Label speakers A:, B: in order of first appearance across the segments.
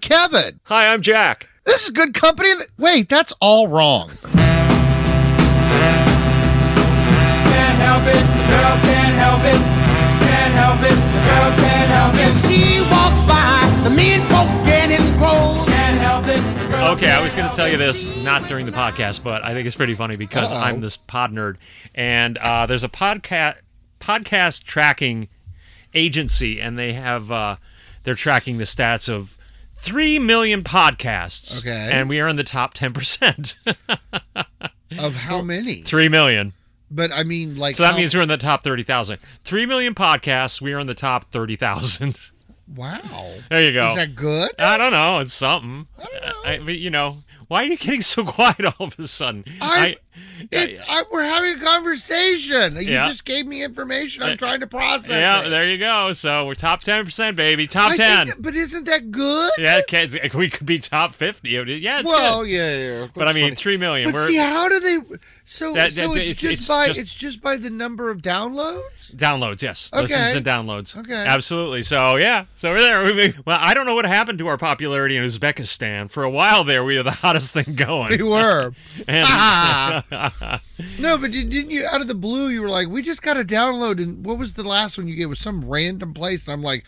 A: Kevin.
B: Hi, I'm Jack.
A: This is good company. Wait, that's all wrong.
C: can't help it, the girl can't help it. She can't help it, the girl can't help it. As she walks by, the mean folks getting grown. She can't help it, the girl
B: Okay, I was
C: can't
B: going to tell you
C: help it.
B: this not during the podcast, but I think it's pretty funny because
A: Uh-oh.
B: I'm this pod nerd, and uh, there's a podcast podcast tracking agency, and they have uh, they're tracking the stats of three million podcasts.
A: Okay.
B: and we are in the top ten percent.
A: Of how many?
B: three million.
A: But I mean, like,
B: So that
A: how-
B: means we're in the top thirty thousand. Three million podcasts. We are in the top thirty thousand.
A: wow.
B: There you go.
A: Is that good?
B: I don't know. It's something. I don't know. I, but, you know, why are you getting so quiet all of a sudden?
A: I-
B: I-
A: It's, I, we're having a conversation. You
B: Yeah.
A: just gave me information. I'm trying to process
B: yeah,
A: it.
B: there you go. So we're top ten percent, baby. Top
A: I
B: ten.
A: think that- but isn't that good?
B: yeah, kids, we could be top fifty. Yeah, it's
A: well,
B: good.
A: yeah, yeah. That's
B: But I mean,
A: funny.
B: three million.
A: But
B: we're
A: see, how do they? So,
B: That-
A: so
B: that-
A: it's,
B: it's-
A: just
B: it's
A: by
B: just-
A: it's just by the number of downloads.
B: downloads. Yes,
A: Okay.
B: listens and downloads.
A: Okay.
B: absolutely. So yeah, so we're there. We- Well, I don't know what happened to our popularity in Uzbekistan. For a while there, we were the hottest thing
A: They
B: going.
A: were.
B: And- uh,
A: no, but did- didn't you? Out of the blue, you were like, "We just got a download." And what was the last one you gave? It was some random place, and I'm like.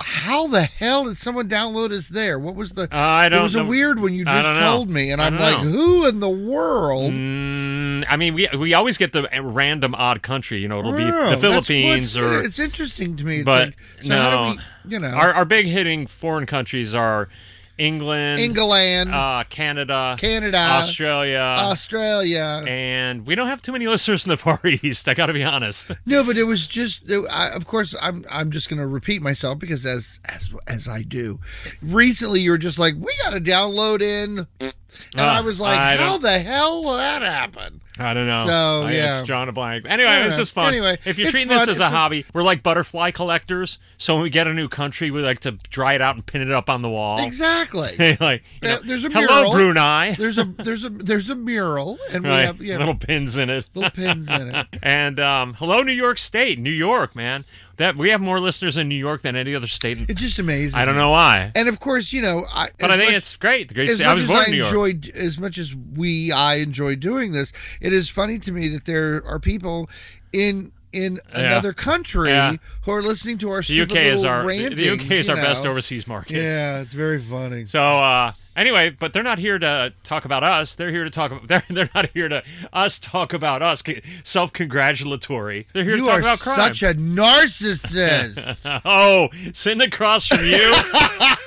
A: How the hell did someone download us there? What was the?
B: Uh, I
A: It
B: don't
A: was a
B: know.
A: weird one you
B: I
A: just
B: don't know.
A: told me, and
B: I
A: I'm
B: don't
A: like,
B: know.
A: who in the world?
B: Mm, I mean, we we always get the random odd country. You know, it'll
A: Yeah,
B: be the
A: Hmm, that's
B: Philippines
A: what's-
B: or
A: it's interesting to me. It's
B: but
A: like, so how
B: no,
A: do we, you know,
B: our our big hitting foreign countries are England,
A: England,
B: uh, Canada,
A: Canada,
B: Australia,
A: Australia.
B: and we don't have too many listeners in the Far East. I got to be honest.
A: No, but it was just. I, of course, I'm. I'm just going to repeat myself because as as as I do, recently you were just like, we got to download in, and I
B: Uh,
A: was like,
B: I
A: how
B: don't-
A: the hell will that happen?
B: I don't know.
A: So,
B: I-
A: yeah.
B: it's drawn a blank. Anyway,
A: Yeah.
B: it's just fun.
A: Anyway,
B: if you're
A: it's
B: treating
A: fun.
B: this as a,
A: It's a-
B: hobby, we're like butterfly collectors. So when we get a new country, we like to dry it out and pin it up on the wall.
A: Exactly.
B: like, you
A: Uh,
B: know,
A: there's a
B: hello,
A: mural."
B: Brunei.
A: there's a there's a there's a mural, and we
B: Right.
A: have yeah,
B: little
A: little,
B: pins in it.
A: pins in it.
B: And um, hello, New York State, New York, man. That we have more listeners in New York than any other state. in-
A: It just amazes.
B: I don't
A: me.
B: know why,
A: And of course, you know, I,
B: but
A: as
B: I think
A: much-
B: it's great. The great
A: as
B: state.
A: much
B: I was
A: as
B: born
A: I
B: in New York.
A: enjoyed, as much as we, I enjoy doing this. It is funny to me that there are people in in
B: Yeah.
A: another country
B: Yeah.
A: who are listening to our
B: the
A: stupid
B: UK is
A: little
B: our the- the
A: rantings,
B: UK is
A: you
B: our best
A: know.
B: overseas market.
A: Yeah, it's very funny.
B: So uh, anyway, but they're not here to talk about us. They're here to talk. About, they're they're not here to us talk about us. Self congratulatory. They're here
A: you
B: to talk
A: are
B: about crime.
A: such a narcissist.
B: oh, sitting across from you.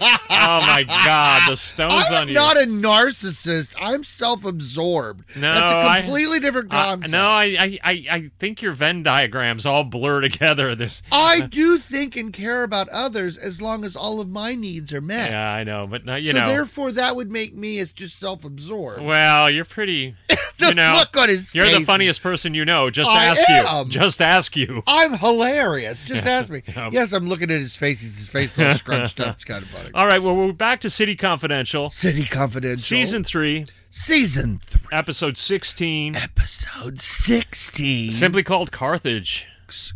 B: oh my God, the stones on
A: I'm
B: you.
A: not a narcissist. I'm self-absorbed.
B: No,
A: That's a
B: I-
A: completely different
B: Uh,
A: concept.
B: no, I, I, I, I think your Venn diagrams all blur together. This.
A: I do think and care about others as long as all of my needs are met.
B: Yeah, I know, but not you
A: so
B: know.
A: therefore, that would make me as just self-absorbed.
B: well, you're pretty.
A: the
B: you know,
A: look on his
B: you're
A: face.
B: the funniest person you know. Just
A: I
B: ask
A: am.
B: you. Just ask you.
A: I'm hilarious. Just ask me.
B: Yeah. Um,
A: Yes, I'm looking at his face. He's his face all scrunched up. It's kind of funny.
B: All right. Well, we're back to City Confidential,
A: City Confidential.
B: season three,
A: Season 3,
B: episode sixteen,
A: episode 16.
B: simply called Carthage.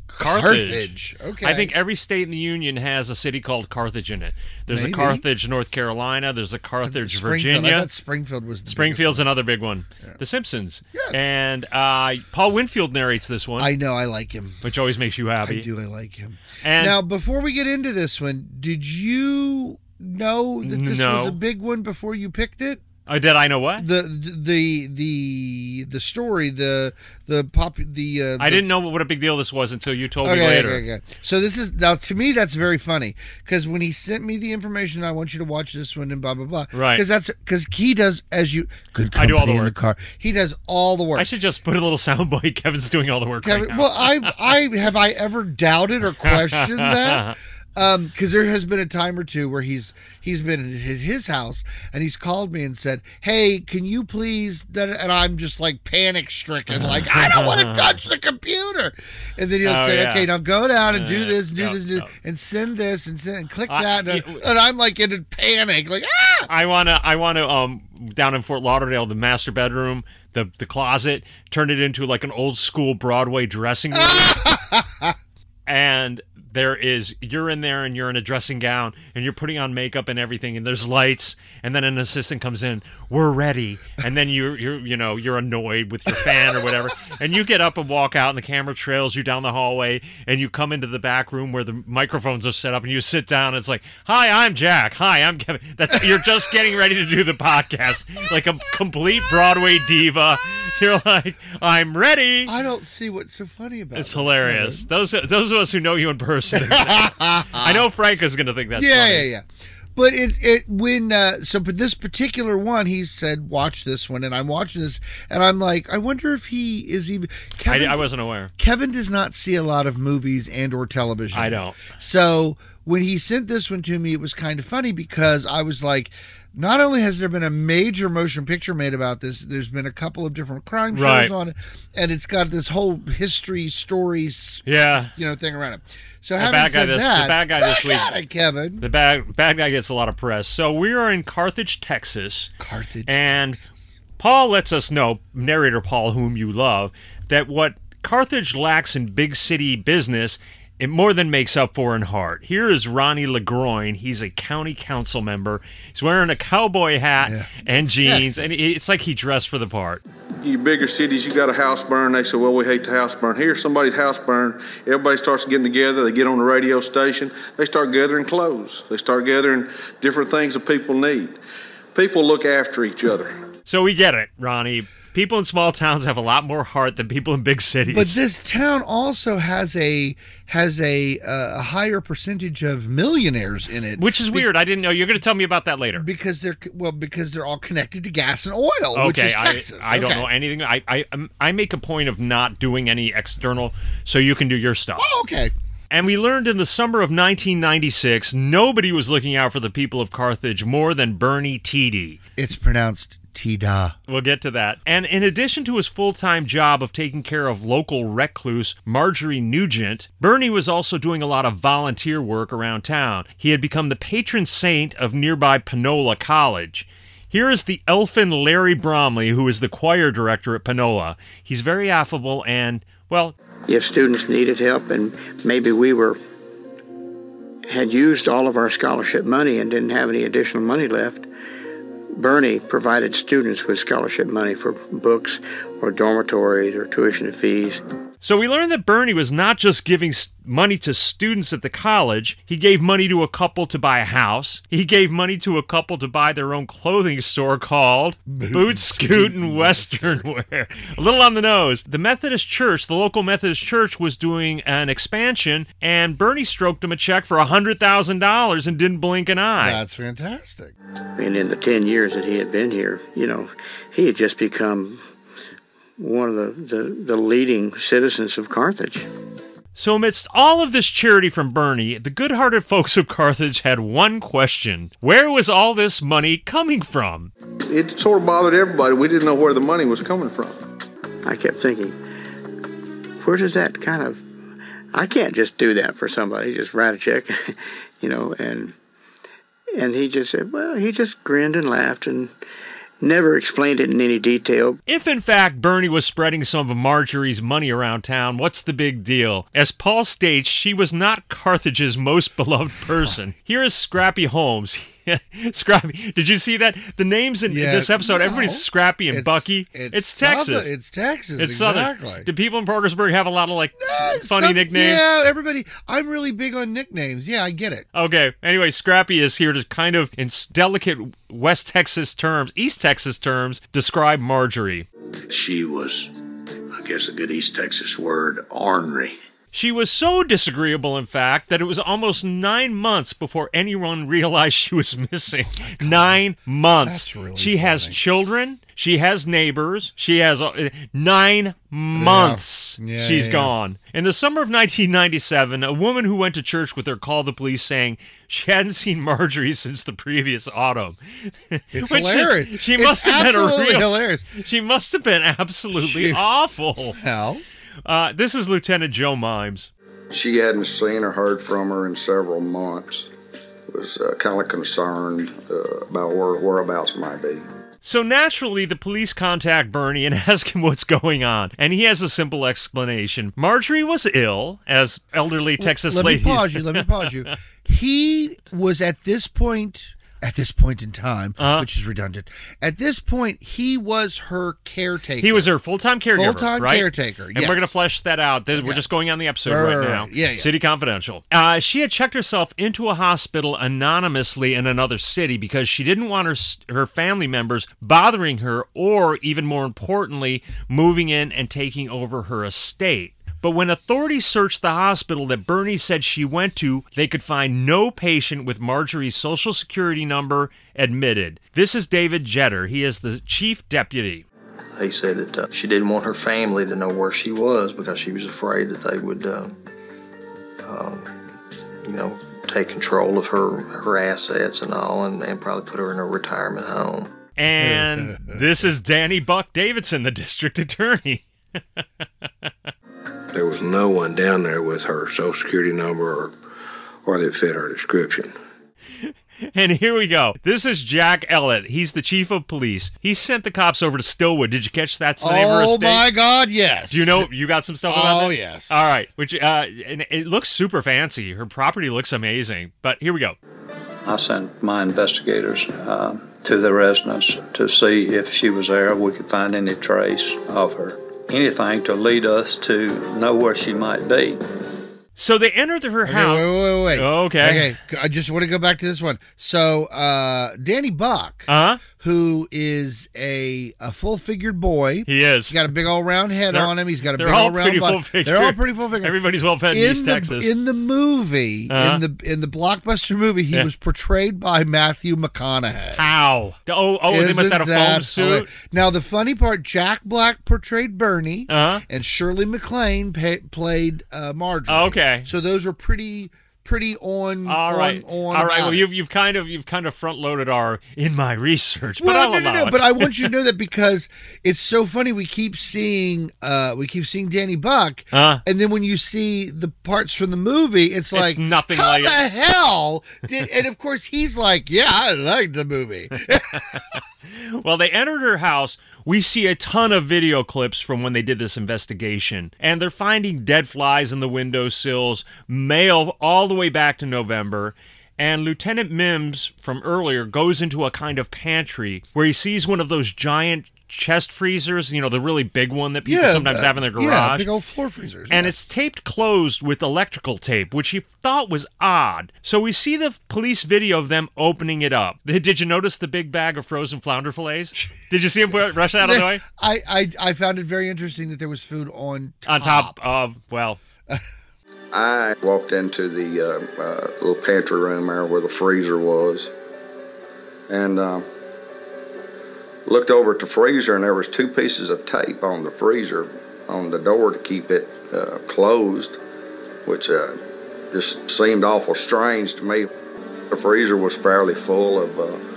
A: Carthage. Okay.
B: I think every state in the union has a city called Carthage in it. There's
A: Maybe.
B: a Carthage, North Carolina. There's a Carthage,
A: Springfield. I
B: Virginia.
A: thought Springfield was the
B: Springfield's another big one. The Simpsons.
A: Yes.
B: And uh, Paul Winfield narrates this one,
A: biggest one. I know. I like him.
B: which always makes you happy.
A: I do. I like him.
B: And
A: now, before we get into this one, did you know that this
B: No.
A: was a big one before you picked it?
B: oh, did I know what?
A: The the the the story the the pop the uh,
B: I
A: the-
B: didn't know what a big deal this was until you told me
A: Okay,
B: later.
A: okay, okay. So this is now to me that's very funny because when he sent me the information, I want you to watch this one and blah blah blah.
B: Right.
A: Because that's because he does as you good company
B: I do all the
A: in
B: work.
A: the car. He does all the work.
B: I should just put a little soundbite. Kevin's doing all the work
A: Kevin-
B: right now.
A: well, I I have I ever doubted or questioned that. Um, because there has been a time or two where he's he's been at his house and he's called me and said, "Hey, can you please?" That and I'm just like panic stricken, like I don't want to touch the computer. And then he'll
B: Oh,
A: say,
B: yeah.
A: "Okay, now go down and do
B: Uh,
A: this, do
B: no,
A: this, do,
B: no.
A: and send this, and send and click
B: I-
A: that." And,
B: it-
A: and I'm like in a panic, like ah.
B: I wanna, I wanna, um, down in Fort Lauderdale, the master bedroom, the the closet, turned it into like an old school Broadway dressing room, and there is you're in there and you're in a dressing gown and you're putting on makeup and everything and there's lights and then an assistant comes in we're ready and then you're you're you know you're annoyed with your fan or whatever and you get up and walk out and the camera trails you down the hallway and you come into the back room where the microphones are set up and you sit down and it's like hi I'm Jack hi I'm Kevin that's you're just getting ready to do the podcast like a complete Broadway diva you're like I'm ready
A: I don't see what's so funny about
B: it's
A: it.
B: hilarious. Those those of us who know you in person, I know Frank is going to think that's
A: yeah,
B: funny.
A: yeah, yeah. But it it when uh, so but this particular one he said watch this one and I'm watching this and I'm like I wonder if he is even
B: I,
A: Kevin,
B: I wasn't aware.
A: Kevin does not see a lot of movies and or television.
B: I don't.
A: So when he sent this one to me, it was kind of funny because I was like, not only has there been a major motion picture made about this, there's been a couple of different crime shows
B: Right.
A: on it, and it's got this whole history stories,
B: Yeah,
A: you know, thing around it. So having
B: bad guy
A: said
B: this- the
A: that,
B: bad guy this
A: back
B: week-
A: at it, Kevin
B: the bad bad guy gets a lot of press. So we are in Carthage, Texas,
A: Carthage.
B: and Paul lets us know, narrator Paul, whom you love, that what Carthage lacks in big city business. It more than makes up for in heart. Here is Ronnie LeGroin. He's a county council member. He's wearing a cowboy hat
A: Yeah.
B: and jeans,
A: Texas.
B: and it's like he dressed for the part.
D: you bigger cities, you got a house burn. They say, well, we hate the house burn. Here, somebody's house burn. Everybody starts getting together. They get on the radio station. They start gathering clothes. They start gathering different things that people need. People look after each other.
B: So we get it, Ronnie. People in small towns have a lot more heart than people in big cities.
A: but this town also has a has a uh, a higher percentage of millionaires in it,
B: which is weird. I didn't know. You're going to tell me about that later.
A: because they're well because they're all connected to gas and oil, which
B: Okay,
A: is
B: I,
A: Texas.
B: I don't
A: Okay.
B: know anything. I, I um, I make a point of not doing any external, so you can do your stuff.
A: Oh, okay.
B: And we learned in the summer of 1996, nobody was looking out for the people of Carthage more than Bernie T.D.
A: It's pronounced Tida.
B: We'll get to that. And in addition to his full time job of taking care of local recluse Marjorie Nugent, Bernie was also doing a lot of volunteer work around town. He had become the patron saint of nearby Panola College. Here is the elfin Larry Bromley, who is the choir director at Panola. He's very affable and, well,
E: if students needed help and maybe we were had used all of our scholarship money and didn't have any additional money left bernie provided students with scholarship money for books or dormitories or tuition fees
B: So we learned that Bernie was not just giving s- money to students at the college. He gave money to a couple to buy a house. He gave money to a couple to buy their own clothing store called Boot Scoot and Western Wear. A little on the nose. The Methodist Church, the local Methodist Church, was doing an expansion, and Bernie stroked him a check for $100,000 and didn't blink an eye.
A: That's fantastic.
E: and in the 10 years that he had been here you know he had just become one of the, the, the leading citizens of carthage
B: So, amidst all of this charity from Bernie, the good hearted folks of Carthage had one question Where was all this money coming from?
D: It sort of bothered everybody. We didn't know where the money was coming from.
E: I kept thinking, where does that kind of? I can't just do that for somebody. Just write a check, you know. And and he just said, well, he just grinned and laughed and never explained it in any detail.
B: If in fact Bernie was spreading some of Marjorie's money around town, what's the big deal? As Paul states, she was not Carthage's most beloved person. Here is Scrappy Holmes. Scrappy, did you see that? The names in
A: Yeah,
B: this episode,
A: no.
B: everybody's Scrappy and
A: It's-
B: Bucky. It's, Texas.
A: Southern- It's Texas.
B: It's
A: exactly.
B: Southern. Do people in Parkersburg have a lot of like
A: Uh,
B: funny
A: some-
B: nicknames?
A: Yeah, everybody. I'm really big on nicknames. Yeah, I get it.
B: Okay. Anyway, Scrappy is here to kind of, in s- delicate West Texas terms, East Texas terms, describe Marjorie.
F: she was, I guess, a good East Texas word, ornery.
B: She was so disagreeable, in fact, that it was almost nine months before anyone realized she was missing. nine months.
A: That's really
B: she has
A: funny.
B: children. She has neighbors. She has uh, nine months.
A: Yeah,
B: She's
A: yeah.
B: gone. In the summer of 1997, a woman who went to church with her called the police saying she hadn't seen Marjorie since the previous autumn.
A: It's
B: Which is-
A: hilarious.
B: She
A: It's
B: must have been a
A: absolutely
B: real.
A: hilarious.
B: She must have been absolutely
A: She-
B: awful.
A: Hell,
B: Uh, this is Lieutenant Joe Mimes.
G: she hadn't seen or heard from her in several months. Was uh, kind of concerned uh, about where whereabouts might be.
B: So naturally, the police contact Bernie and ask him what's going on, and he has a simple explanation. Marjorie was ill, as elderly Texas
A: let me
B: ladies.
A: pause you. Let me pause you. He was at this point, at this point in time,
B: Uh-huh.
A: which is redundant. At this point, he was her caretaker.
B: He was her full-time caregiver,
A: Full-time
B: right?
A: caretaker,
B: And
A: yes.
B: we're gonna flesh that out. Th- We're just going on the episode
A: Right,
B: right,
A: right,
B: now.
A: right. Yeah, yeah.
B: City Confidential. Uh, she had checked herself into a hospital anonymously in another city because she didn't want her s- her family members bothering her, or even more importantly, moving in and taking over her estate. But when authorities searched the hospital that Bernie said she went to, they could find no patient with Marjorie's social security number admitted. This is David Jetter. He is the chief deputy.
H: He said that uh, she didn't want her family to know where she was because she was afraid that they would, uh, um, you know, take control of her her assets and all, and, and probably put her in a retirement home.
B: And this is Danny Buck Davidson, the district attorney.
G: There was no one down there with her social security number or, or that fit her description.
B: And here we go. This is Jack Ellett. He's the chief of police. He sent the cops over to Stillwood. Did you catch that slaver
A: Oh
B: estate?
A: my God! Yes.
B: Do you know you got some stuff about
A: Oh,
B: that?
A: yes.
B: All right. Which uh and it looks super fancy. Her property looks amazing. But here we go.
H: I sent my investigators uh, to the residence to see if she was there, we could find any trace of her, anything to lead us to know where she might be.
B: So they entered her
A: Okay,
B: house.
A: wait, wait, wait, wait.
B: Okay.
A: Okay. I just want to go back to this one. So, uh, Danny Buck,
B: Uh-huh.
A: who is a a full figured boy,
B: He is.
A: He's got a big old round head
B: They're-
A: on him. He's got a
B: they're
A: big
B: all
A: old round
B: pretty
A: butt.
B: full-figured.
A: They're all pretty full figured.
B: Everybody's well fed in,
A: in
B: East
A: the,
B: Texas.
A: In the movie,
B: Uh-huh.
A: in the in the blockbuster movie, he
B: Yeah.
A: was portrayed by Matthew McConaughey.
B: How? Oh, oh, they must
A: Isn't
B: have had a
A: that
B: foam suit.
A: hilarious? Now the funny part: Jack Black portrayed Bernie,
B: Uh-huh.
A: and Shirley MacLaine pa- played uh, Marjorie.
B: Okay.
A: so those were pretty pretty on.
B: All
A: on,
B: right,
A: on
B: all right.
A: about
B: Well,
A: it.
B: you've you've kind of you've kind of front loaded our in my research, but
A: Well,
B: I'll
A: no,
B: allow
A: no, no.
B: it.
A: But I want you to know that because it's so funny. We keep seeing, uh, we keep seeing Danny Buck,
B: Uh.
A: and then when you see the parts from the movie, it's like
B: nothing
A: How
B: like it."
A: the hell did? And of course, he's like, "Yeah, I liked the movie."
B: Well, they entered her house. We see a ton of video clips from when they did this investigation, and they're finding dead flies in the window sills, mail all the way back to November. And Lieutenant Mims from earlier goes into a kind of pantry where he sees one of those giant chest freezers, you know, the really big one that people
A: yeah,
B: sometimes
A: uh,
B: have in their garage.
A: Yeah, big old floor freezers.
B: and
A: yeah.
B: it's taped closed with electrical tape, which he thought was odd. So we see the police video of them opening it up. Did you notice the big bag of frozen flounder fillets? Did you see him put- rush out of the way?
A: I, I I found it very interesting that there was food on top.
B: On top of, well,
G: I walked into the uh, uh, little pantry room there where the freezer was, and uh, looked over at the freezer, and there was two pieces of tape on the freezer on the door to keep it uh, closed, which uh, just seemed awful strange to me. The freezer was fairly full of. Uh,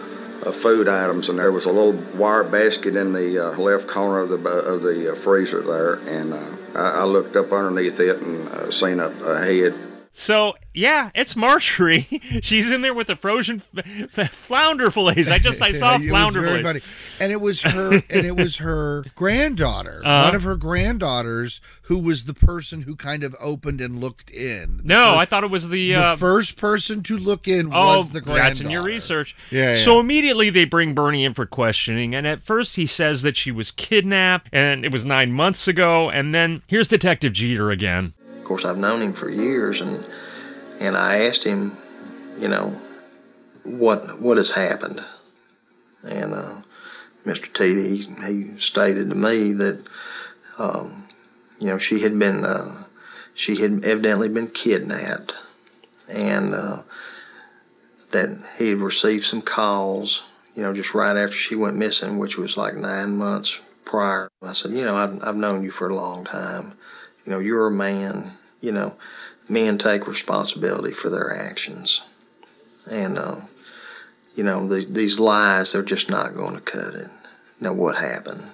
G: of food items, and there was a little wire basket in the uh, left corner of the of the uh, freezer there, and uh, I, I looked up underneath it and uh, seen a, a head.
B: so yeah, it's Marjorie. She's in there with the frozen f- f- flounder fillets. I just I saw
A: it was
B: flounder
A: very
B: fillets.
A: funny. And it was her and it was her granddaughter,
B: Uh-huh.
A: one of her granddaughters who was the person who kind of opened and looked in.
B: No, I thought it was the,
A: The
B: uh,
A: first person to look in
B: Oh,
A: was the granddaughter.
B: that's in your research.
A: Yeah, yeah.
B: So immediately they bring Bernie in for questioning, and at first he says that she was kidnapped, and it was nine months ago. And then here's Detective Jeter again.
H: Of course, I've known him for years, and and I asked him, you know, what what has happened, and uh, Mr. T, he, he stated to me that, um, you know, she had been uh, she had evidently been kidnapped, and uh, that he had received some calls, you know, just right after she went missing, which was like nine months prior. I said, you know, I've, I've known you for a long time you know you're a man you know men take responsibility for their actions and uh, you know these, these lies they're just not going to cut it now what happened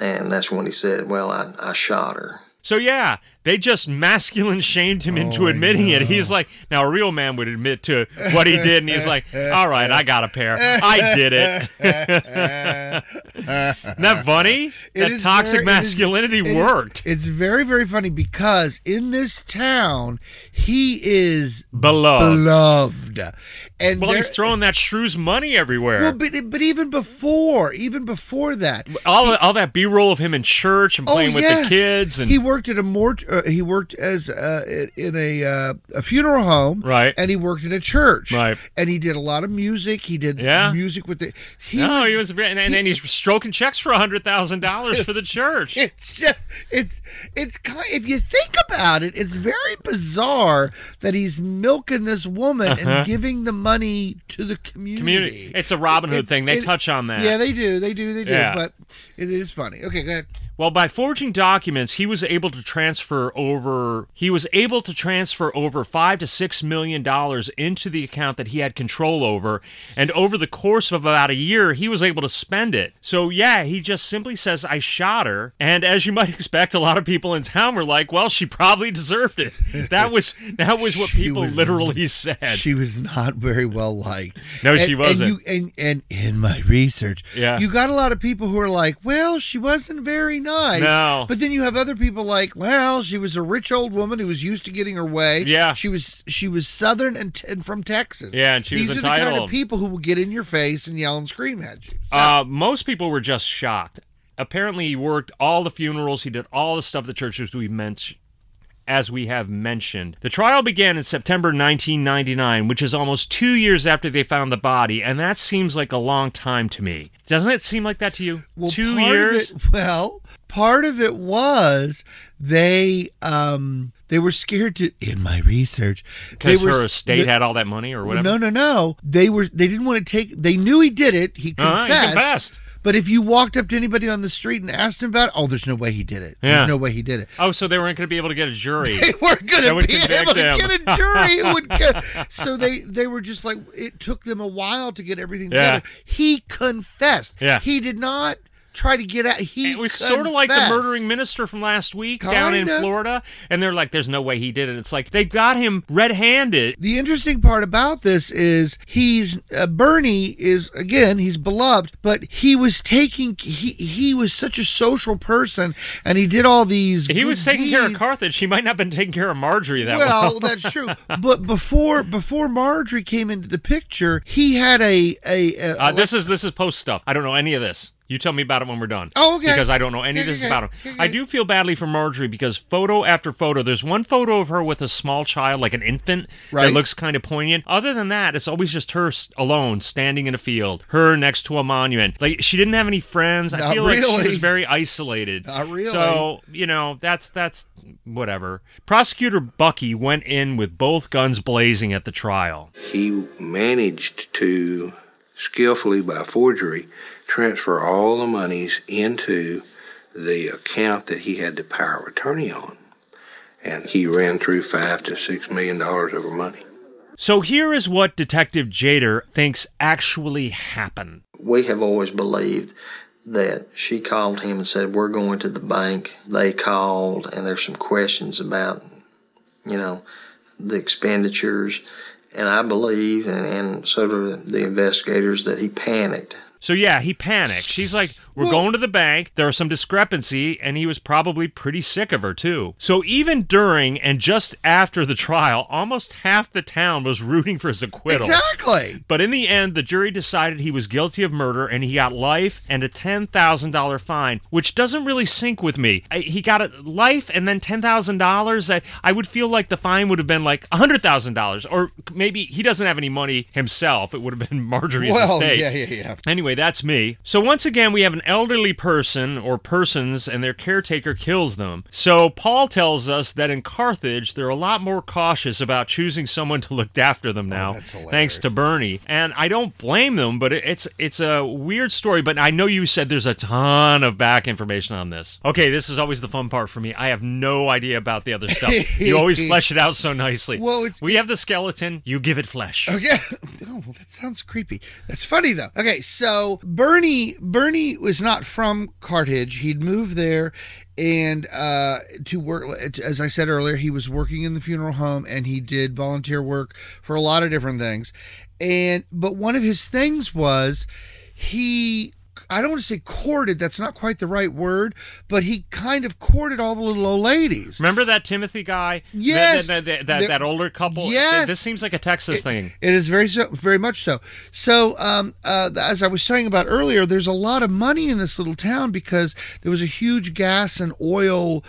H: and that's when he said well i, I shot her
B: So yeah, They just masculine shamed him
A: Oh,
B: into admitting it. He's like, now a real man would admit to what he did, and he's like, all right, I got a pair. I did it. Isn't that funny?
A: It
B: that
A: is very- it
B: toxic
A: is-
B: masculinity
A: it is-
B: worked.
A: it's very, very funny because in this town, he is
B: Beloved.
A: beloved, and
B: Well,
A: there-
B: he's throwing that shrew's money everywhere.
A: Well, but but even before, even before that,
B: all, all that B roll of him in church and playing with
A: Oh, yes.
B: the kids and
A: he worked at a mort. Uh, he worked as uh, i- in a uh, a funeral home,
B: Right.
A: And he worked in a church,
B: Right.
A: And he did a lot of music. He did
B: Yeah.
A: music with the. He
B: no,
A: was,
B: he was, and, and, and he's stroking checks for hundred thousand dollars for the church.
A: It's just, it's it's kind. If you think about it, it's very bizarre that he's milking this woman and giving the money to the community.
B: Uh-huh. Community, it's a Robin Hood
A: It's-
B: thing. They
A: it-
B: touch on that.
A: Yeah, they do. They do. They do.
B: Yeah.
A: But it is funny. Okay, go ahead.
B: Well, by forging documents, he was able to transfer over he was able to transfer over 5 to 6 million dollars into the account that he had control over, and over the course of about a year, he was able to spend it. So, yeah, he just simply says I shot her, and as you might expect, a lot of people in town were like, "Well, she probably deserved it." That was that was what
A: She
B: people
A: was-
B: literally said.
A: She was not very well liked.
B: No,
A: and,
B: she wasn't.
A: And, you, and and in my research,
B: Yeah.
A: you got a lot of people who are like, "Well, she wasn't very nice."
B: No.
A: but then you have other people like, "Well, she was a rich old woman who was used to getting her way."
B: Yeah.
A: she was she was Southern and, t- and from Texas.
B: Yeah, and she was
A: These are the kind of
B: entitled.
A: people who will get in your face and yell and scream at you.
B: Uh, most people were just shocked. Apparently, he worked all the funerals. He did all the stuff the churches we mentioned. As we have mentioned, the trial began in September 1999, which is almost two years after they found the body, and that seems like a long time to me. Doesn't it seem like that to you? two
A: part of
B: years?
A: it- well, part of it was they um they were scared to. In my research, they
B: Because
A: were
B: her
A: s-
B: estate
A: the-
B: had all that money or whatever.
A: No, no, no. They were they didn't want to take they knew he did it. He
B: Uh-huh, he
A: confessed.
B: confessed.
A: But if you walked up to anybody on the street and asked him about it, oh, there's no way he did it.
B: Yeah.
A: There's no way he did it.
B: Oh, so they weren't going to be able to get a jury.
A: They weren't going
B: That
A: to
B: would
A: be
B: convict
A: able to
B: him.
A: get a jury. Who would co- so they they were just like it took them a while to get everything
B: Yeah.
A: together. He confessed.
B: Yeah.
A: He did not try to get out. He
B: It was sort of like the
A: confessed.
B: murdering minister from last week down in
A: Kinda.
B: Florida, and they're like, "There's no way he did it." It's like they got him red-handed.
A: The interesting part about this is he's uh, Bernie is again he's beloved, but he was taking he he was such a social person, and he did all these.
B: He
A: good
B: was taking care of
A: deeds.
B: Carthage. He might not have been taking care of Marjorie that well.
A: Well, that's true. But before before Marjorie came into the picture, he had a a. a
B: Uh, this is this is post stuff. I don't know any of this. You tell me about it when we're done.
A: Oh, okay.
B: Because I don't know any of
A: Okay,
B: this
A: okay,
B: about him.
A: okay,
B: I
A: okay.
B: do feel badly for Marjorie because photo after photo, there's one photo of her with a small child, like an infant, that
A: Right.
B: looks kind of poignant. Other than that, it's always just her s- alone, standing in a field, her next to a monument. Like she didn't have any friends. I
A: Not
B: feel like she
A: really.
B: was very isolated.
A: Not really.
B: So you know that's that's whatever. Prosecutor Bucky went in with both guns blazing at the trial.
H: he managed to skillfully by forgery transfer all the monies into the account that he had the power of attorney on and he ran through five to six million dollars of her money
B: So here is what Detective Jader thinks actually happened.
H: we have always believed that she called him and said, We're going to the bank. They called, and there's some questions about, you know, the expenditures. And I believe, and, and so do the investigators, that he panicked.
B: So yeah, he panicked. She's like, "We're going to the bank. There was some discrepancy and he was probably pretty sick of her too." So even during and just after the trial, almost half the town was rooting for his acquittal.
A: exactly.
B: But in the end, the jury decided he was guilty of murder and he got life and a $10,000 fine, which doesn't really sync with me. I, he got a life and then $10,000. I, I would feel like the fine would have been like $100,000 or maybe he doesn't have any money himself. It would have been Marjorie's
A: Well,
B: estate.
A: yeah, yeah, yeah.
B: Anyway, that's me. So once again, we have an elderly person or persons, and their caretaker kills them. So Paul tells us that in Carthage, they're a lot more cautious about choosing someone to look after them now,
A: Oh, that's hilarious.
B: thanks to Bernie. And I don't blame them, but it- it's it's a weird story. But I know you said there's a ton of back information on this. Okay, this is always the fun part for me. I have no idea about the other stuff. you always flesh it out so nicely.
A: Well, it's-
B: we have the skeleton. You give it flesh.
A: Okay. Oh, well, that sounds creepy. That's funny though. Okay, so Bernie Bernie is not from Carthage. He'd moved there and uh, to work, as I said earlier, he was working in the funeral home and he did volunteer work for a lot of different things. And, but one of his things was he I don't want to say courted, that's not quite the right word, but he kind of courted all the little old ladies.
B: Remember that Timothy guy?
A: Yes.
B: That that, that,
A: There-
B: that, that older couple. Th-
A: Yes.
B: This seems like a Texas thing.
A: It is very so, very much so. So, um, uh, as I was saying about earlier, there's a lot of money in this little town because there was a huge gas and oil,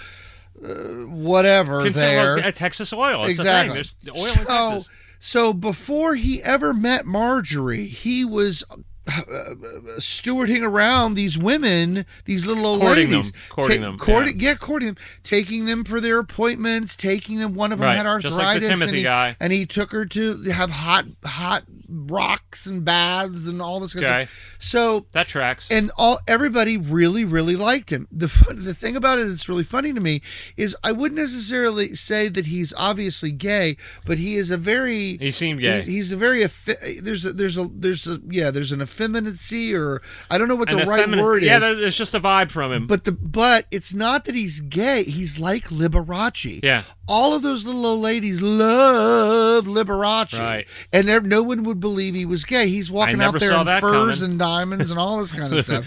A: uh, whatever
B: Consider
A: there.
B: like, uh, Texas oil. It's
A: exactly.
B: a thing. There's oil in
A: so,
B: Texas.
A: so before he ever met Marjorie, he was uh, uh, stewarding around these women, these little old
B: Courting
A: ladies,
B: them, courting
A: Ta-
B: them,
A: courting, yeah. courting them, taking them for their appointments, taking them. One of them
B: Right,
A: had arthritis,
B: just like the
A: and,
B: Timothy
A: he,
B: guy.
A: and he took her to have hot, hot rocks and baths and all this kind
B: Okay.
A: of stuff. So
B: That tracks.
A: and all everybody really really liked him the fun, the thing about it that's really funny to me is i wouldn't necessarily say that he's obviously gay but he is a very
B: He seemed gay.
A: he's, he's a very effe- there's a there's a there's a yeah there's an effeminacy or i don't know what
B: An
A: the right
B: effeminate-
A: word
B: Yeah,
A: is
B: there- there's just a vibe from him.
A: but the but it's not that he's gay he's like liberace
B: Yeah.
A: all of those little old ladies love liberace
B: Right.
A: and there, no one would believe he was gay he's walking out
B: never
A: there
B: saw
A: in
B: that
A: furs
B: coming.
A: and diamonds and all this kind of stuff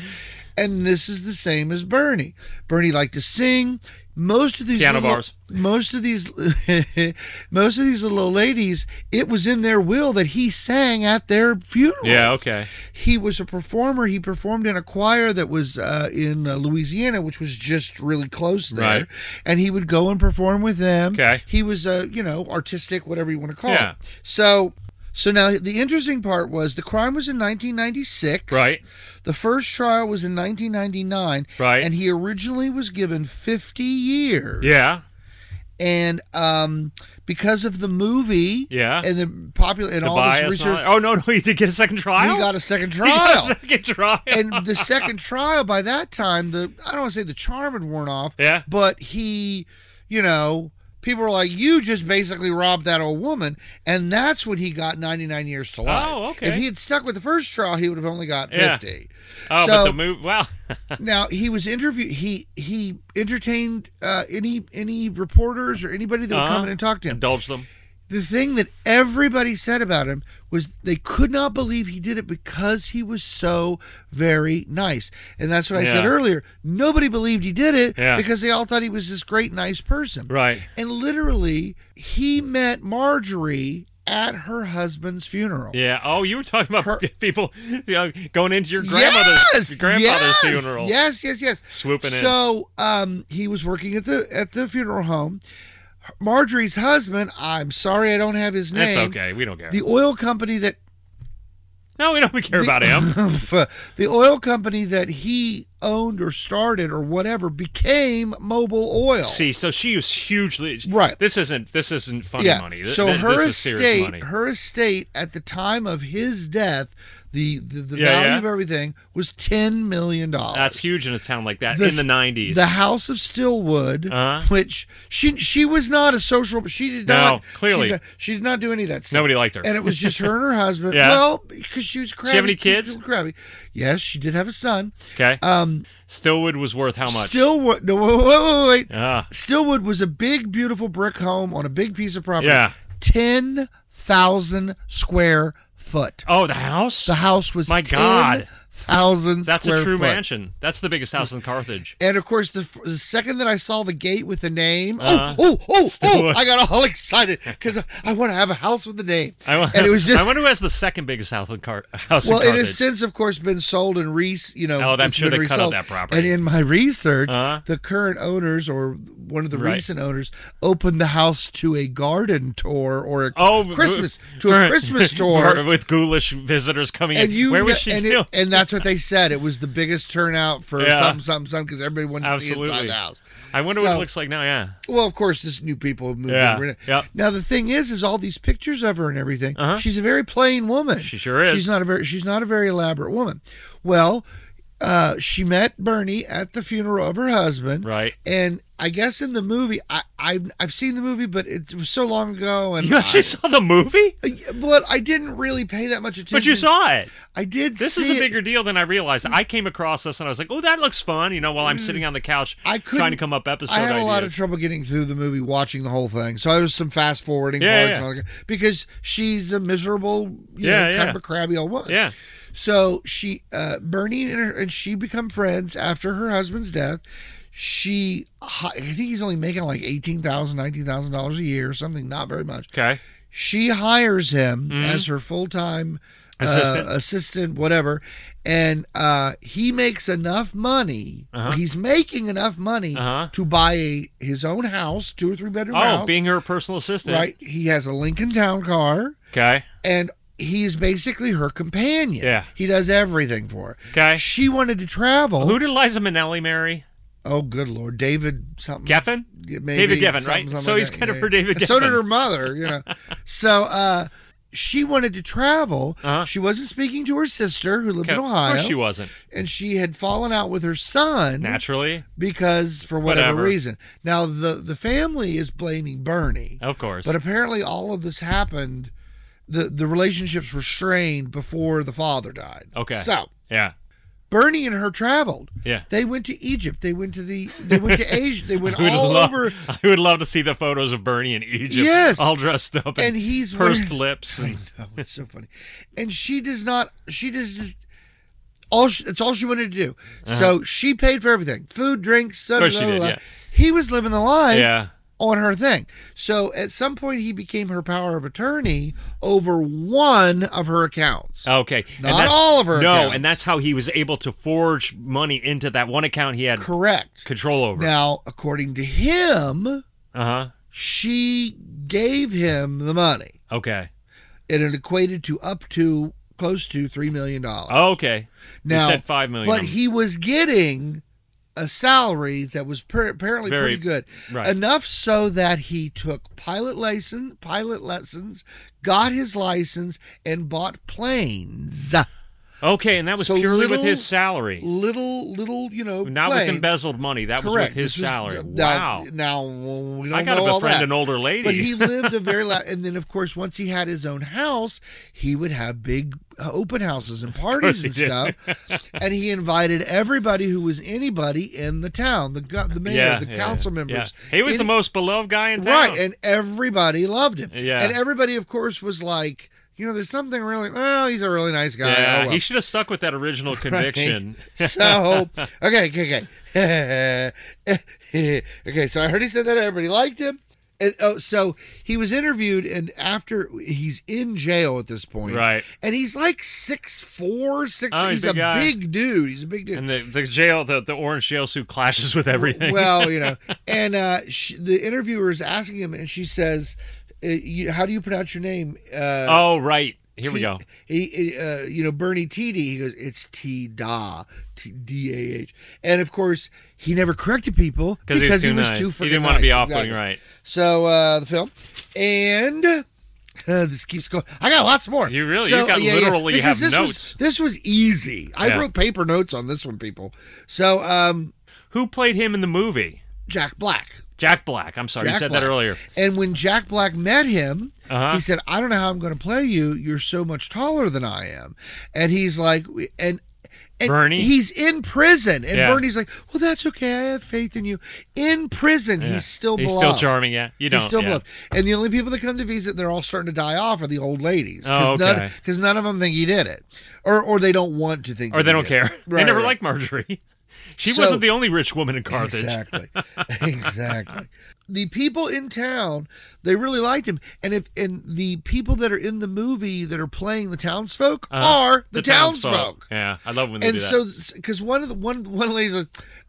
A: and this is the same as bernie bernie liked to sing most of these
B: Piano
A: little-
B: bars.
A: most of these most of these little old ladies it was in their will that he sang at their funerals
B: Yeah, okay.
A: he was a performer. He performed in a choir that was uh, in uh, Louisiana, which was just really close there.
B: Right.
A: And he would go and perform with them.
B: Okay.
A: He was, uh, you know, artistic, whatever you want to call
B: Yeah.
A: it. So, so now the interesting part was the crime was in 1996.
B: right.
A: The first trial was in 1999.
B: Right.
A: And he originally was given 50 years.
B: Yeah.
A: And um, because of the movie.
B: Yeah.
A: And the popular and
B: The
A: all this
B: bias. and all
A: research.
B: that. oh no, no, he did get a second trial.
A: He got a second
B: He
A: trial
B: got a second trial.
A: and the second trial by that time the i don't want to say the charm had worn off
B: Yeah.
A: but he you know people were like you just basically robbed that old woman and that's when he got 99 years to life
B: Oh, okay.
A: if he had stuck with the first trial he would have only got
B: Yeah.
A: 50
B: oh,
A: so-
B: but the move. Wow.
A: now he was interviewed he he entertained uh, any any reporters or anybody that would
B: Uh-huh.
A: come in and talk to him
B: Indulge them.
A: the thing that everybody said about him was they could not believe he did it because he was so very nice. And that's what I said
B: Yeah.
A: earlier. Nobody believed he did it
B: Yeah.
A: because they all thought he was this great, nice person.
B: Right.
A: And literally, he met Marjorie at her husband's funeral.
B: Yeah. Oh, you were talking about
A: Her-
B: people you know, going into your grandmother's your grandfather's
A: yes,
B: funeral.
A: Yes, yes, yes.
B: Swooping in.
A: So, um, he was working at the at the funeral home. Marjorie's husband, I'm sorry I don't have his name.
B: That's okay. We don't care.
A: The oil company that
B: no, we don't we care about him.
A: Uh, the oil company that he owned or started or whatever became Mobil Oil.
B: See, so she was hugely
A: Right.
B: This isn't this isn't funny
A: yeah.
B: money. Th-
A: So
B: th-
A: her
B: this is serious
A: estate,
B: money.
A: her estate at the time of his death, the the, the
B: Yeah,
A: value
B: yeah.
A: of everything was ten million dollars.
B: That's huge in a town like that
A: The
B: in the
A: s-
B: nineties.
A: The House of Stillwood,
B: Uh-huh.
A: which she she was not a social, she did
B: No,
A: not
B: clearly.
A: she did, she did not do any of that stuff.
B: Nobody liked her.
A: and it was just her and her husband.
B: Yeah.
A: Well, because she was crabby.
B: have any
A: she was
B: kids?
A: Crabby. Yes, she did have a son.
B: okay.
A: Um,
B: Stillwood was worth how much?
A: Stillwood. No, wait, wait, wait, wait.
B: Ah.
A: Stillwood was a big, beautiful brick home on a big piece of property.
B: Yeah.
A: ten thousand square foot.
B: oh, the house?
A: The house was
B: My God.
A: thousand.
B: That's a true
A: foot.
B: mansion. That's the biggest house in Carthage.
A: And of course, the, f- the second that I saw the gate with the name,
B: Uh-huh.
A: oh, oh, oh, oh,
B: Stillwood.
A: I got all excited because I want to have a house with the name.
B: I, wa-
A: and it was just
B: I wonder who has the second biggest house in, Car- house
A: Well,
B: in
A: it
B: Carthage.
A: has since, of course, been sold and re. You know,
B: Oh, I'm
A: it's
B: sure
A: been
B: they cut out
A: resold.
B: that property.
A: And in my research,
B: Uh-huh.
A: the current owners or one of the
B: Right.
A: recent owners opened the house to a garden tour or a
B: Oh,
A: Christmas
B: w-
A: to a
B: for-
A: Christmas tour.
B: for- with ghoulish visitors coming
A: and
B: in.
A: you,
B: Where
A: kn-
B: was she
A: and,
B: killed?
A: it, and that's what they said. It was the biggest turnout for
B: Yeah.
A: something, something, something, because everybody wanted to see inside
B: Absolutely.
A: the house.
B: I wonder what
A: So-
B: it looks like now. Yeah,
A: Well, of course, this new people have moved
B: Yeah,
A: over. in.
B: yeah.
A: Now the thing is, is all these pictures of her and everything.
B: Uh-huh.
A: She's a very plain woman.
B: She sure is.
A: She's not a very. She's not a very elaborate woman. Well, uh, she met Bernie at the funeral of her husband.
B: Right.
A: And I guess in the movie, I, I've I've seen the movie, but it was so long ago, and
B: You actually saw the movie?
A: I, but I didn't really pay that much attention.
B: But you saw it.
A: I did.
B: This is
A: see
B: a
A: it.
B: bigger deal than I realized. I came across this and I was like, "Oh, that looks fun," you know, while I'm sitting on the couch
A: Mm. I couldn't-
B: trying to come up episode
A: I had a
B: ideas.
A: lot of trouble getting through the movie, watching the whole thing. So I was some fast forwarding
B: Yeah,
A: parts
B: yeah.
A: and all that, because she's a miserable, you
B: Yeah,
A: know,
B: yeah.
A: kind of a crabby old woman.
B: yeah,
A: So she, uh, Bernie and, her, and she become friends after her husband's death. She, I think he's only making like $18,000, $19,000 a year or something, not very much.
B: okay,
A: She hires him as her full time
B: Mm-hmm. Assistant.
A: uh, assistant, whatever. And uh, he makes enough money. He's making enough money
B: Uh-huh.
A: to buy a, his own house, two or three bedroom
B: oh,
A: house.
B: being her personal assistant,
A: right. He has a Lincoln Town car
B: Okay,
A: and he's basically her companion.
B: Yeah.
A: He does everything for her.
B: Okay.
A: She wanted to travel.
B: who did Liza Minnelli marry?
A: oh, good lord. David something.
B: Geffen.
A: Yeah, maybe
B: David Geffen,
A: something,
B: right?
A: something
B: So
A: like
B: he's
A: that.
B: kind of
A: Yeah,
B: for
A: yeah.
B: David
A: So did
B: Geffen.
A: her mother, you know. so uh, she wanted to travel.
B: Uh-huh.
A: She wasn't speaking to her sister who lived in
B: Okay, Of
A: Ohio. Mm-hmm.
B: course she wasn't.
A: And she had fallen out with her son
B: Naturally,
A: because for whatever,
B: Whatever.
A: reason. Now the the family is blaming Bernie.
B: of course.
A: But apparently, all of this happened. the The relationships were strained before the father died.
B: Okay.
A: So
B: yeah,
A: Bernie and her traveled.
B: Yeah.
A: They went to Egypt. They went to the. They went to Asia. They went
B: I would,
A: all
B: love,
A: over.
B: I would love to see the photos of Bernie in Egypt,
A: Yes.
B: all dressed up
A: And he's
B: pursed
A: wearing-
B: lips. And,
A: Oh, it's so funny. And she does not. She does just. All she, that's all she wanted to do. So she paid for everything: food, drinks. Of
B: Uh-huh. course she did, yeah.
A: He was living the life.
B: yeah,
A: on her thing. So at some point, he became her power of attorney over one of her accounts.
B: okay.
A: Not all of her
B: No,
A: accounts.
B: and that's how he was able to forge money into that one account he had
A: Correct.
B: control over.
A: Now, according to him,
B: Uh
A: she gave him the money,
B: huh. Okay.
A: and it equated to up to close to three million dollars.
B: Oh, okay. You
A: now,
B: said five million.
A: but he was getting a salary that was per- apparently
B: Very-
A: pretty good,
B: right.
A: enough so that he took pilot license, pilot lessons, got his license, and bought planes.
B: okay, and that was
A: So
B: purely with
A: little-
B: his salary,
A: little little you know
B: not
A: planes.
B: with embezzled money. That
A: correct
B: was with his
A: This is-
B: salary.
A: now,
B: wow.
A: now well, we don't
B: I gotta
A: know all
B: befriend
A: that.
B: an older lady.
A: but he lived a very loud and then of course once he had his own house he would have big uh, open houses and parties
B: he
A: and stuff and he invited everybody who was anybody in the town the go- the mayor the council members
B: He was the
A: Any-
B: most beloved guy in town.
A: right and everybody loved him
B: Yeah.
A: and everybody of course was like you know there's something really well he's a really nice guy
B: yeah,
A: oh, well.
B: he should have stuck with that original conviction.
A: so okay, okay, okay. okay, so I heard he said that everybody liked him. And, oh, so he was interviewed, and after he's in jail at this point,
B: Right.
A: And he's like six four, six.
B: Oh, he's
A: he's
B: a
A: a
B: guy.
A: big dude. He's a big dude.
B: And the, the jail, the, the orange jail suit clashes with everything.
A: Well, you know, and uh, she, the interviewer is asking him, and she says, uh, you, "How do you pronounce your name?" Uh,
B: oh, right. Here we
A: T-
B: go.
A: He, uh, you know, Bernie TD. He goes, it's T Da T D A H, and of course he never corrected people
B: Because he was too nice.
A: too
B: he
A: freaking
B: didn't want to be
A: nice.
B: off putting,
A: Exactly.
B: right?
A: So uh, the film, and uh, this keeps going. I got lots more.
B: You really-
A: So,
B: you got literally
A: Because
B: have
A: this was-
B: notes.
A: this was easy. I
B: Yeah.
A: wrote paper notes on this one, people. So um,
B: Who played him in the movie?
A: Jack Black.
B: Jack Black. I'm sorry, you
A: Jack
B: said that
A: Black.
B: earlier.
A: And when Jack Black met him,
B: Uh-huh.
A: he said, "I don't know how I'm going to play you. You're so much taller than I am." And he's like, and. And
B: Bernie?
A: he's in prison, and
B: Yeah.
A: Bernie's like, "Well, that's okay. I have faith in you." In prison,
B: Yeah.
A: he's still
B: he's
A: beloved.
B: still charming. Yeah, you don't.
A: He's still
B: yeah.
A: beloved. And the only people that come to visit, they're all starting to die off, are the old ladies,
B: Oh, okay.
A: none, 'cause none of them think he did it, or or they don't want to think,
B: or
A: that
B: they
A: he
B: don't
A: did
B: care.
A: it.
B: they
A: Right,
B: never
A: right.
B: liked Marjorie. She
A: So-
B: wasn't the only rich woman in Carthage.
A: Exactly. exactly. The people in town, they really liked him. And if and the people that are in the movie that are playing the townsfolk
B: Uh-huh.
A: are the, townsfolk.
B: Yeah, I love when they
A: And
B: do that.
A: so because one of the one one lady says,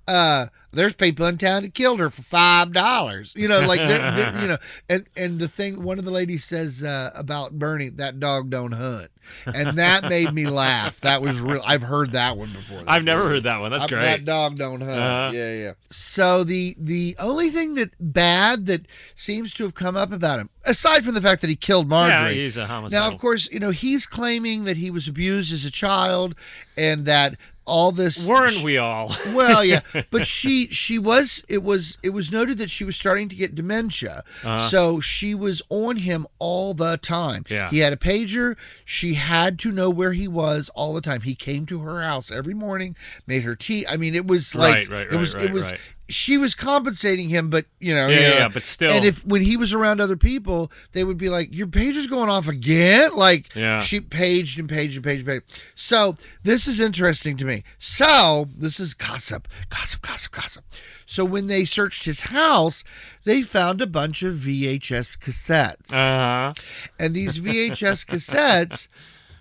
A: uh, there's people in town that killed her for five dollars. You know, like they're, they're- you know, and and the thing one of the ladies says uh, about Bernie, that dog don't hunt. And that made me laugh. That was real I've heard that one before.
B: I've
A: That's
B: never
A: really-
B: heard that one. That's
A: I'm-
B: great.
A: That dog don't hunt.
B: Uh-huh.
A: Yeah, yeah. So the the only thing that bad that seems to have come up about him, aside from the fact that he killed
B: Yeah,
A: Marjorie.
B: he's a homicidal.
A: Now, of course, you know he's claiming that he was abused as a child, and that all this
B: Weren't we all?
A: well, yeah, but she she was it was it was noted that she was starting to get dementia,
B: Uh-huh.
A: so she was on him all the time.
B: Yeah.
A: he had a pager. She had to know where he was all the time. He came to her house every morning, made her tea. I mean, it was like
B: Right, right,
A: it was
B: right,
A: it
B: right,
A: was.
B: right.
A: She was compensating him, but you know,
B: Yeah,
A: you
B: yeah,
A: know,
B: yeah, but still.
A: And if when he was around other people, they would be like, "Your pager's going off again." Like,
B: Yeah.
A: she paged and paged and paged and paged. So this is interesting to me. So this is gossip, gossip, gossip, gossip. So when they searched his house, they found a bunch of VHS cassettes,
B: Uh-huh.
A: and these VHS cassettes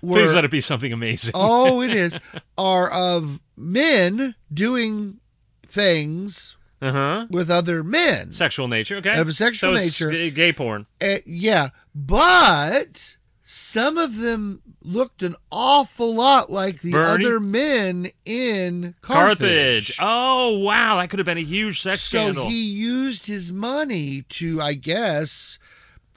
A: were
B: Please let it be something amazing.
A: oh, it is are of men doing things
B: Uh-huh.
A: with other men.
B: Sexual nature, okay.
A: Of a sexual
B: so it's
A: nature.
B: g- gay porn.
A: Uh, yeah, but some of them looked an awful lot like the
B: Bernie?
A: other men in Carthage.
B: Carthage. Oh wow, that could have been a huge sex
A: so
B: scandal.
A: he used his money to, I guess,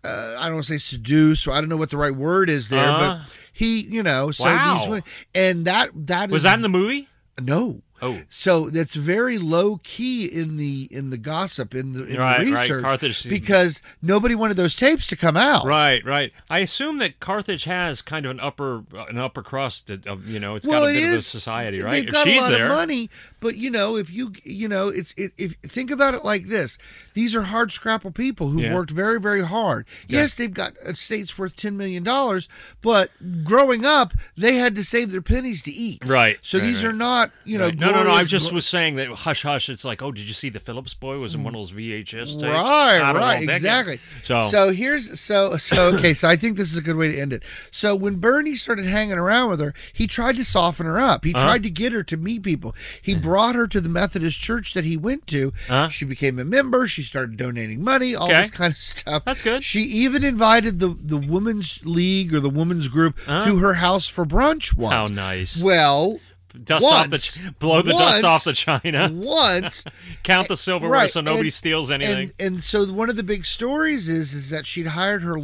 A: uh, I don't want to say seduce. So I don't know what the right word is there,
B: Uh-huh.
A: but he, you know, so
B: Wow.
A: these women, and that that
B: was
A: is-
B: that in the movie?
A: no.
B: Oh.
A: So that's very low key in the in the gossip in the, in
B: Right,
A: the
B: right.
A: research
B: Carthage-
A: because nobody wanted those tapes to come out.
B: Right, right. I assume that Carthage has kind of an upper an upper crust that, of you know, it's got a
A: it
B: bit of a
A: is.
B: society,
A: They've
B: right? If
A: got a
B: she's
A: lot
B: there.
A: of money, but you know, if you you know, it's it, if think about it like this: these are hard scrapple people who have
B: Yeah.
A: worked very very hard. Yes, they've got estates worth ten million dollars, but growing up, they had to save their pennies to eat.
B: Right,
A: So
B: right,
A: these
B: right.
A: are not you know.
B: Right. No, no, no. I
A: glorious-
B: just was saying that hush, hush. It's like, oh, did you see the Phillips boy was in one of those VHS tapes?
A: Right,
B: I don't
A: right,
B: know, that
A: exactly.
B: guy- So,
A: here's so so okay. So I think this is a good way to end it. So when Bernie started hanging around with her, he tried to soften her up.
B: Uh-huh.
A: He tried to get her to meet people. He brought her to the Methodist church that he went to.
B: Hmm. Uh-huh.
A: She became a member. She started donating money, all
B: Okay.
A: this kind of stuff.
B: That's good.
A: She even invited the the women's league or the women's group to her house for brunch once.
B: Uh-huh. how nice.
A: Well.
B: Dust off the,
A: once-
B: ch- blow the dust off the china.
A: Once
B: Count the silverware
A: Right,
B: so nobody
A: and-
B: steals anything.
A: And, and so one of the big stories is is that she'd hired her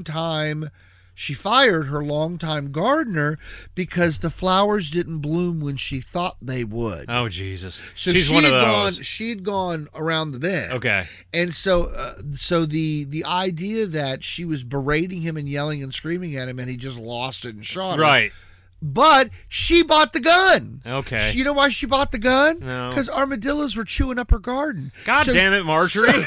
A: longtime, she fired her longtime gardener because the flowers didn't bloom when she thought they would.
B: oh Jesus,
A: so
B: she's
A: she
B: one of
A: had
B: those.
A: Gone, she'd gone around the bend.
B: Okay.
A: And so, uh, so the the idea that she was berating him and yelling and screaming at him, and he just lost it and shot her.
B: Right.
A: But she bought the gun.
B: Okay.
A: She- you know why she bought the gun?
B: No.
A: Because armadillos were chewing up her garden.
B: God
A: So-
B: damn it, Marjorie.
A: So,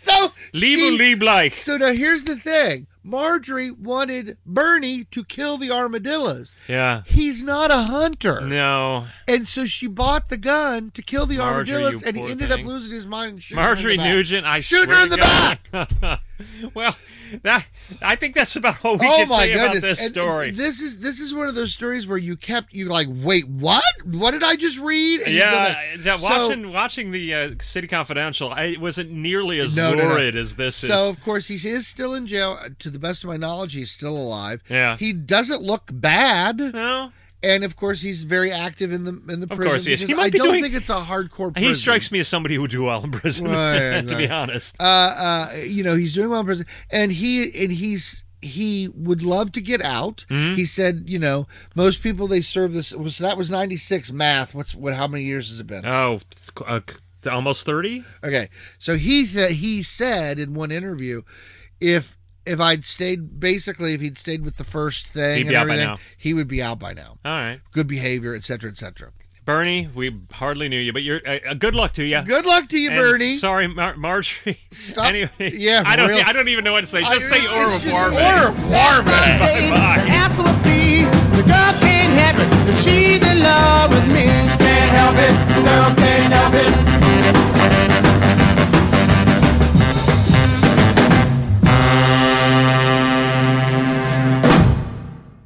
A: so
B: Leave
A: she-
B: lieb like.
A: so now here's the thing. Marjorie wanted Bernie to kill the armadillos.
B: Yeah.
A: He's not a hunter.
B: No.
A: And so she bought the gun to kill the
B: Marjorie,
A: armadillos
B: you
A: and he
B: poor
A: ended up
B: thing.
A: losing his mind and shooting her
B: Marjorie
A: in the back.
B: Nugent, I
A: Shoot
B: swear
A: her in
B: to
A: the
B: God. well, that I think that's about all we
A: Oh
B: can
A: my
B: say
A: goodness.
B: about this
A: And- and
B: story.
A: this is this is one of those stories where you kept you like, wait, what? What did I just read? And you go
B: yeah, uh,
A: back.
B: that
A: So-
B: watching watching the uh, City Confidential, I it wasn't nearly as
A: No, no, no.
B: lurid as this
A: So
B: is.
A: of course he is still in jail. To the best of my knowledge, he's still alive.
B: Yeah.
A: He doesn't look bad.
B: No,
A: and of course he's very active in the in the prison.
B: course he is. He
A: because
B: might
A: I
B: be
A: don't
B: doing-
A: think it's a hardcore. Prison.
B: he strikes me as somebody who would do well in prison.
A: Right,
B: to
A: right.
B: be honest,
A: Uh, uh, you know, he's doing well in prison, and he and he's he would love to get out.
B: Mm-hmm.
A: He said, you know, most people they serve this. So that was ninety six math. What's what? How many years has it been?
B: oh, th- uh, th- almost thirty.
A: Okay, so he th- he said in one interview, if if I'd stayed, basically, if he'd stayed with the first thing,
B: He'd be
A: and
B: out by
A: everything,
B: now.
A: he would be out by now.
B: All right,
A: Good behavior, et cetera, et cetera.
B: Bernie, we hardly knew you, but you're uh, uh, good luck to you.
A: Good luck to you,
B: And
A: Bernie.
B: Sorry, Mar- Marjorie.
A: Stop.
B: Anyway,
A: Yeah,
B: I don't.
A: real-
B: I don't even know what to say. Just
A: I-
B: say
A: it's
B: or
A: just
B: of
A: Orr of Warwick.
C: Someday, the answer will be the girl can't help it, that she's in love with me.